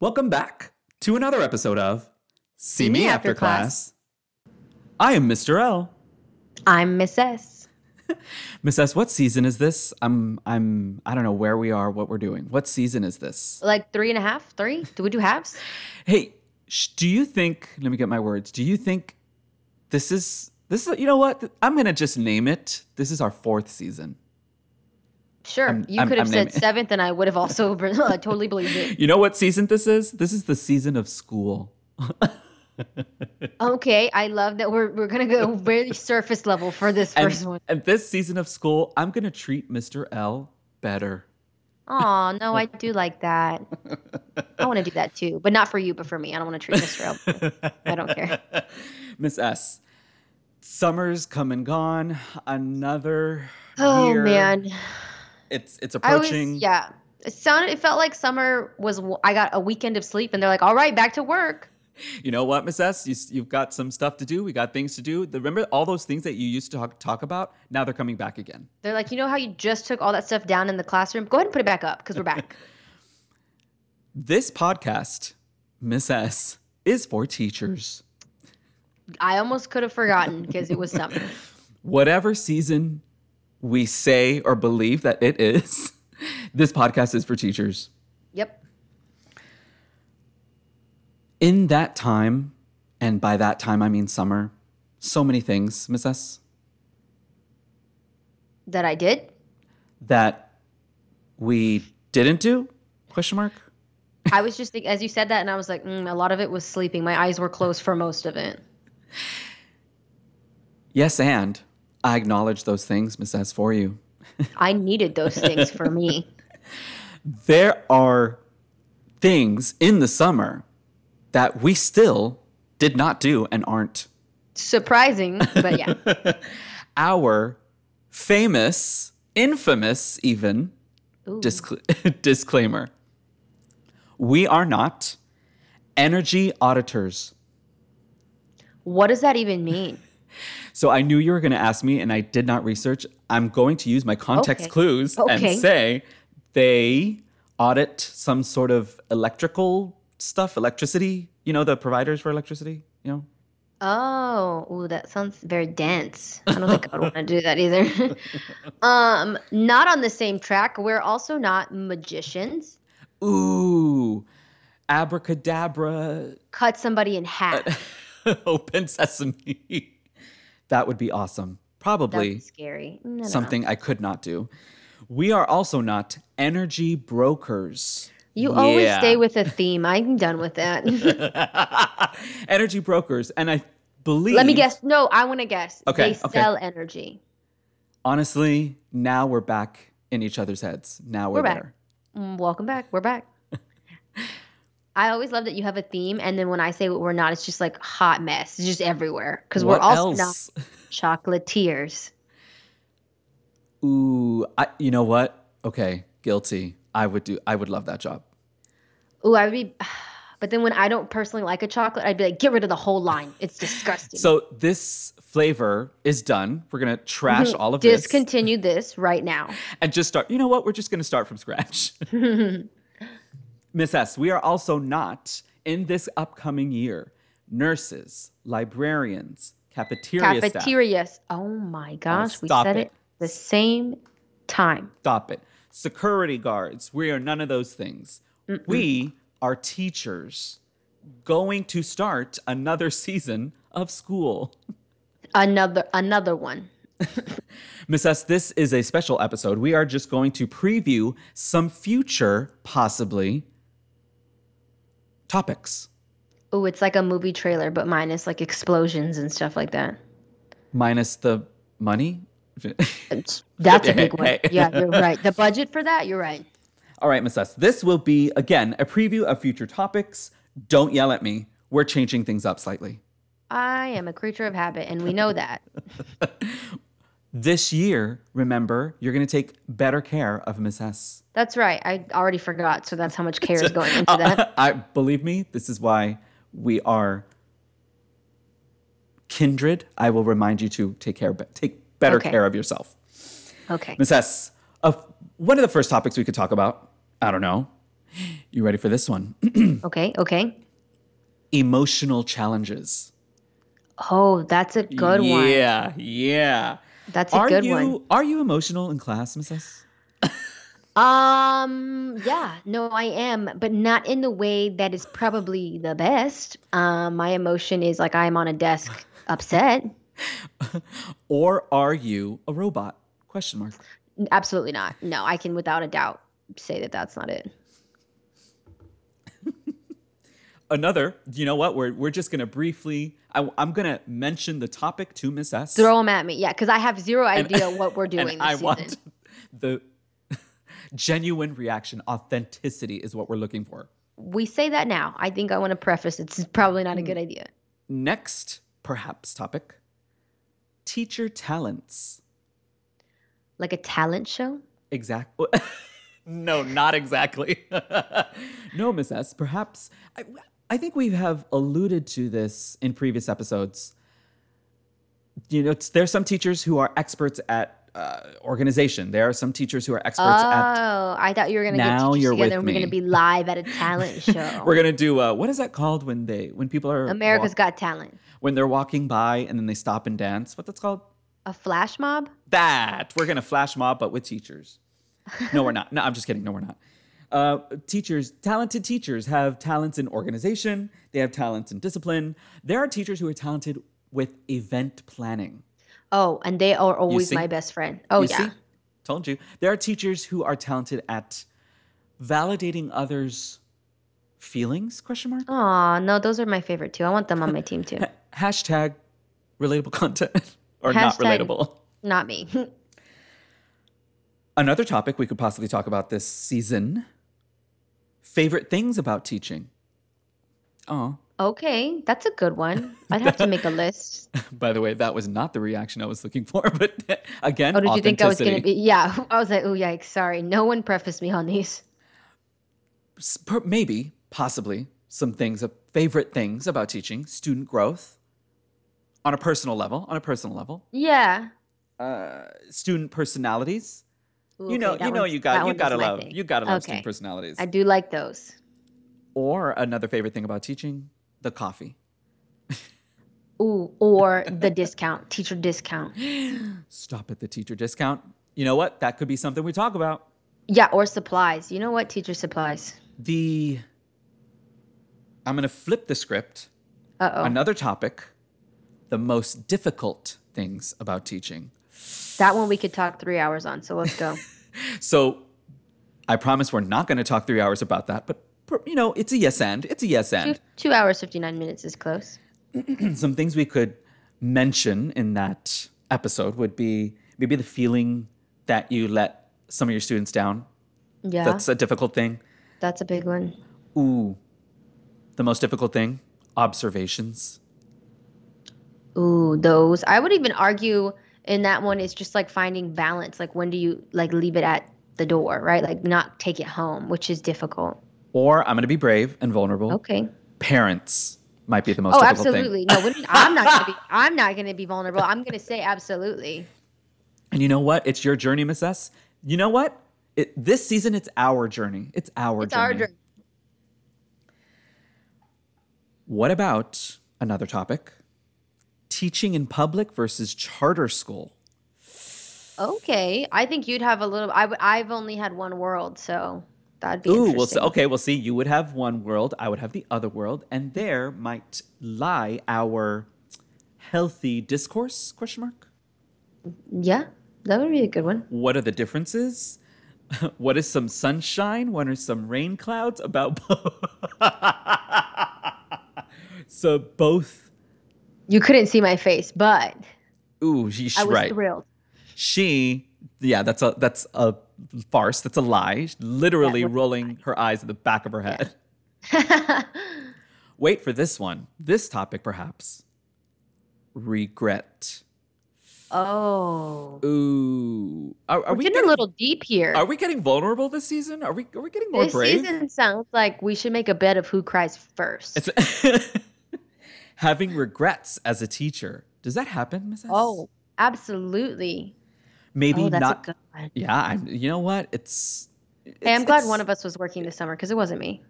Welcome back to another episode of See Me After Class. I am Mr. L. I'm Miss S. Miss S, what season is this? I'm I'm I don't know where we are, what we're doing. What season is this? Like three and a half, three? Do we do halves? Hey, sh- do you think? Let me get my words. Do you think this is this is you know what? I'm gonna just name it. This is our fourth season. Sure. I'm- you I'm- could have I'm said naming- seventh, and I would have also been- uh, totally believed it. You know what season this is? This is the season of school. Okay, I love that we're we're gonna go very surface level for this And, first one. and this season of school, I'm gonna treat Mr. L better. Oh no, I do like that. I want to do that too, but not for you, but for me. I don't want to treat Mr. L. I don't care. Miss S. Summer's come and gone. Another Oh year. man, It's it's I was approaching. yeah. It sounded. It felt like summer was. I got a weekend of sleep, and they're like, "All right, back to work." You know what, Miss S? You, s- you've got some stuff to do. We got things to do. The, remember all those things that you used to talk, talk about? Now they're coming back again. They're like, "You know how you just took all that stuff down in the classroom? Go ahead and put it back up because we're back." This podcast, Miss S, is for teachers. I almost could have forgotten because it was summer. Whatever season we say or believe that it is, this podcast is for teachers. Yep. In that time, and by that time I mean summer, so many things, Miss S, That I did. that we didn't do? Question mark. I was just thinking, as you said that, and I was like, mm, a lot of it was sleeping. My eyes were closed for most of it. Yes, and I acknowledge those things, Miss S, for you. I needed those things for me. There are things in the summer that we still did not do and aren't. Surprising, but yeah. Our famous, infamous, even Ooh. discl- disclaimer we are not energy auditors. what does that even mean? So I knew you were going to ask me, and I did not research. I'm going to use my context Okay. clues Okay. and say they audit some sort of electrical stuff, electricity. You know, the providers for electricity. You know, Oh, ooh, that sounds very dense. I don't think I would want to do that either. um, not on the same track. We're also not magicians. ooh, abracadabra, Cut somebody in half. open sesame. that would be awesome. Probably That's scary. No, no, no. something I could not do. We are also not energy brokers. You always Yeah. stay with a theme. I'm done with that. energy brokers, and I believe. Let me guess. No, I want to guess. Okay, They okay. sell energy. honestly, now we're back in each other's heads. Now we're, We're back. there. Mm, Welcome back. We're back. I always love that you have a theme, and then when I say what we're not, it's just like hot mess, it's just everywhere. Because we're What also not else? chocolatiers. Ooh, I, you know what? Okay, guilty. I would do. I would love that job. Ooh, I would be. But then when I don't personally like a chocolate, I'd be like, get rid of the whole line. It's disgusting. So this flavor is done. We're gonna trash all of this Mm-hmm. discontinue this right now. and just start. You know what? We're just gonna start from scratch. Miss S, we are also not in this upcoming year. Nurses, librarians, cafeteria, staff. Cafeterias. Oh my gosh, we stop said it. it the same time. Stop it. Security guards. We are none of those things. We are teachers going to start another season of school. Another another one. Miss S, this is a special episode. We are just going to preview some future, possibly, topics, Oh, it's like a movie trailer, but minus like explosions and stuff like that. minus the money. It's- That's a Hey, big one. hey. Yeah, you're right. The budget for that, you're right. All right, Miss S, this will be, again, a preview of future topics. Don't yell at me. We're changing things up slightly. I am a creature of habit, and we know that. This year, remember, you're going to take better care of Miss S. That's right. I already forgot, so that's how much care is going into that. I believe me, this is why we are kindred. I will remind you to take care, take better Okay. care of yourself, uh, Okay. Miss S. Of one of the first topics we could talk about, I don't know, You ready for this one? Okay. Okay. Emotional challenges. Oh, that's a good one. Yeah, yeah. That's a Are good you one. are you emotional in class, Miss S? Um, yeah, no, I am, but not in the way that is probably the best. Um, my emotion is like I'm on a desk upset. Or are you a robot? Question mark. Absolutely not. No, I can without a doubt say that that's not it. Another. You know what? We're we're just gonna briefly. I, am gonna mention the topic to Miss S. Throw them at me. Yeah, because I have zero idea what we're doing and this I season. want the genuine reaction. Authenticity is what we're looking for. We say that now. I think I want to preface it's probably not a Mm. good idea. Next, perhaps topic. Teacher talents. Like a talent show? Exactly. no, not exactly. no, Miss S. Perhaps I, I think we have alluded to this in previous episodes. You know, it's- there's some teachers who are experts at uh, organization. There are some teachers who are experts at. oh, I thought you were gonna get Now teachers you're together with and we're gonna me. be live at a talent show. We're gonna do uh, what is that called when they when people are America's walk- Got Talent. when they're walking by and then they stop and dance. What that's called? A flash mob? that. We're going to flash mob, but with teachers. No, we're not. No, I'm just kidding. No, we're not. Uh, teachers, talented teachers have talents in organization, they have talents in discipline. There are teachers who are talented with event planning. Oh, and they are always see? my best friend. Oh You yeah. see? Told you. There are teachers who are talented at validating others' feelings, question Oh. mark? Aw, no, those are my favorite too. I want them on my team too. Hashtag relatable content or not Hashtag- relatable. Not me. Another topic we could possibly talk about this season favorite things about teaching. Oh, okay, that's a good one. I'd have to make a list. by the way, that was not the reaction I was looking for, but again, Oh, did you think I was gonna authenticity. be? Yeah, I was like, oh yikes, sorry. No one prefaced me on these. S- per- Maybe, possibly, some things, uh, favorite things about teaching, student growth on a personal level, on a personal level, Yeah. uh, student personalities. Ooh, you know, okay, that you know, one's- you that got, you one was gotta my love, thing. you gotta love Okay. student personalities. I do like those. Or another favorite thing about teaching, the coffee. Ooh, or the discount, teacher discount. stop at the teacher discount. You know what? That could be something we talk about. Yeah, or supplies. You know what? Teacher supplies. The I'm going to flip the script. Uh oh. Another topic, the most difficult things about teaching. That one we could talk three hours on. So let's go. So, I promise we're not going to talk 3 hours about that, but per- you know, it's a yes and. It's a yes two, and. two hours, 59 minutes is close. Some things we could mention in that episode would be maybe the feeling that you let some of your students down. Yeah. That's a difficult thing. that's a big one. Ooh, the most difficult thing observations. Ooh, those. I would even argue in that one is just like finding balance. Like when do you like leave it at the door, right? Like not take it home, which is difficult. Or I'm going to be brave and vulnerable. Okay. Parents might be the most Oh, difficult thing. absolutely. No, what do you mean? I'm not gonna be. I'm not gonna be vulnerable. I'm gonna say absolutely. And you know what? It's your journey, Miss S. You know what? It, this season, it's our journey. It's our It's journey. our journey. What about another topic? Teaching in public versus charter school. Okay. I think you'd have a little. I would. I've only had one world, so that'd be. Ooh, Ooh, we'll see. Okay, we'll see. You would have one world, I would have the other world, and there might lie our healthy discourse? Question mark. Yeah, that would be a good one. what are the differences? what is some sunshine? What are some rain clouds? About both. so both. You couldn't see my face, but Ooh, she's I was right. thrilled. She, yeah, that's a that's a farce. That's a lie. She's Literally was a rolling her eyes at the back of her head. Wait for this one. This topic, perhaps. Regret. oh, Ooh, are, are we're we getting, getting a little deep here. are we getting vulnerable this season? Are we are we getting more this brave? season sounds like we should make a bet of who cries first. It's having regrets as a teacher. Does that happen, Miss? S? oh, absolutely. maybe oh, that's not. a good one. Yeah, I'm, you know what? It's Hey, I'm glad one of us was working this summer because it wasn't me.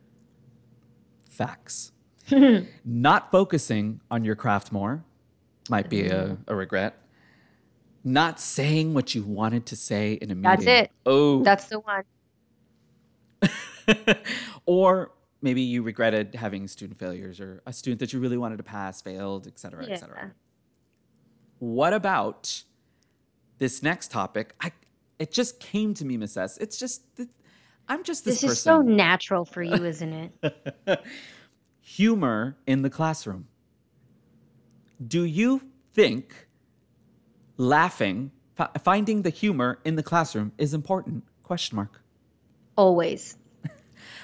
Facts. Hmm. Not focusing on your craft more might be a, a regret. Not saying what you wanted to say in a meeting. That's it. Oh, That's the one. or maybe you regretted having student failures or a student that you really wanted to pass failed, et cetera, et Yeah. cetera. What about this next topic? I it just came to me, Miss S. It's just th- I'm just this, This, person. is so natural for you, isn't it? humor in the classroom. Do you think laughing, fi- finding the humor in the classroom is important? Question mark. Always.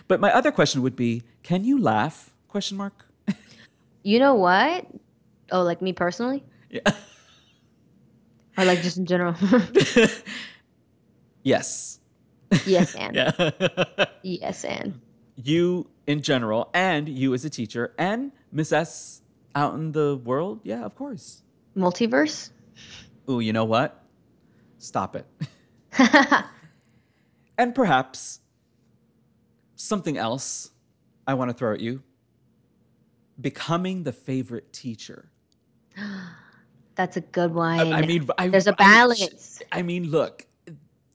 But my other question would be, can you laugh? Question mark. You know what? Oh, like me personally? Yeah. Or like just in general? yes. yes, and. Yeah. Yes, and. you in general and you as a teacher and Miss S out in the world? Yeah, of course. Multiverse? Ooh, you know what? Stop it. And perhaps something else I want to throw at you becoming the favorite teacher. That's a good one. I, I mean, I, there's a I- balance. I, mean, look,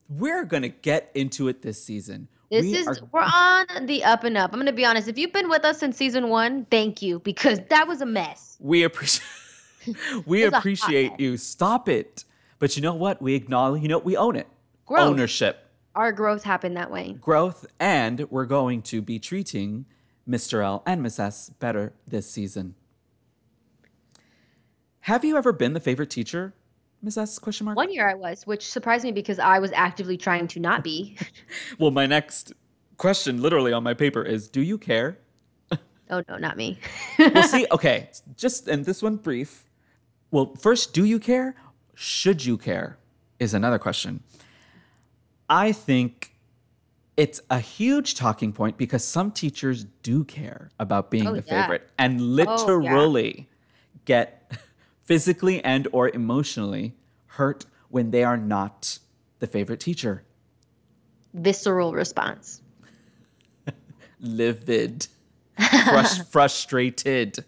we're going to get into it this season. This We is are- we're on the up and up. I'm gonna be honest. If you've been with us since season one, thank you because that was a mess. we appreciate we It's a hot appreciate mess. you. Stop it. But you know what? We acknowledge, you know, we own it. Growth. Ownership, Our growth happened that way. growth, and we're going to be treating Mr. L and Miss S better this season. Have you ever been the favorite teacher, Miss S? Question mark. One year I was, which surprised me because I was actively trying to not be. Well, my next question, literally on my paper, is Do you care? oh no, not me. Well, see, okay, just, and this one brief. Well, first, do you care? Should you care? Is another question. I think it's a huge talking point because some teachers do care about being Oh, the yeah. favorite and yeah. literally get physically and or emotionally hurt when they are not the favorite teacher. Visceral response. livid, frus- frustrated.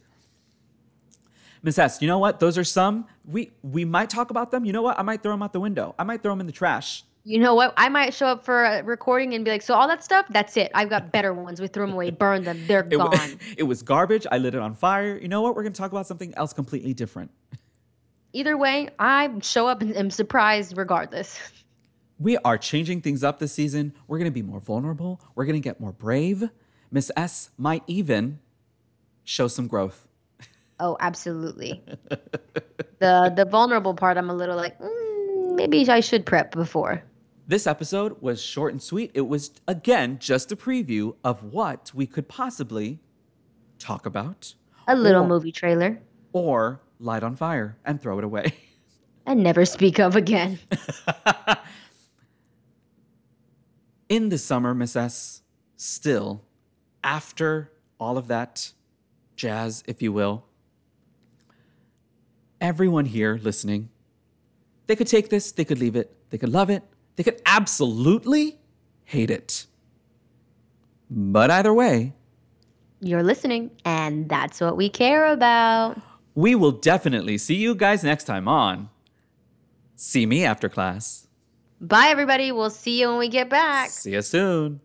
Miss S, you know what? Those are some. We we might talk about them. You know what? I might throw them out the window. I might throw them in the trash. You know what? I might show up for a recording and be like, "So all that stuff, that's it. I've got better ones. We threw them away, burned them. They're It, wa- gone." it was garbage. I lit it on fire. You know what? We're gonna talk about something else completely different. Either way, I show up and am surprised regardless. We are changing things up this season. We're gonna be more vulnerable. We're gonna get more brave. Miss S might even show some growth. Oh, absolutely. the the vulnerable part, I'm a little like, mm, maybe I should prep before. This episode was short and sweet. It was, again, just a preview of what we could possibly talk about A little Or- movie trailer or light on fire and throw it away. and never speak of again. In the summer, Miss S, still, after all of that jazz, if you will, everyone here listening, they could take this, they could leave it, they could love it, they could absolutely hate it. But either way, You're listening, and that's what we care about. we will definitely see you guys next time on See Me After Class. Bye, everybody. We'll see you when we get back. See you soon.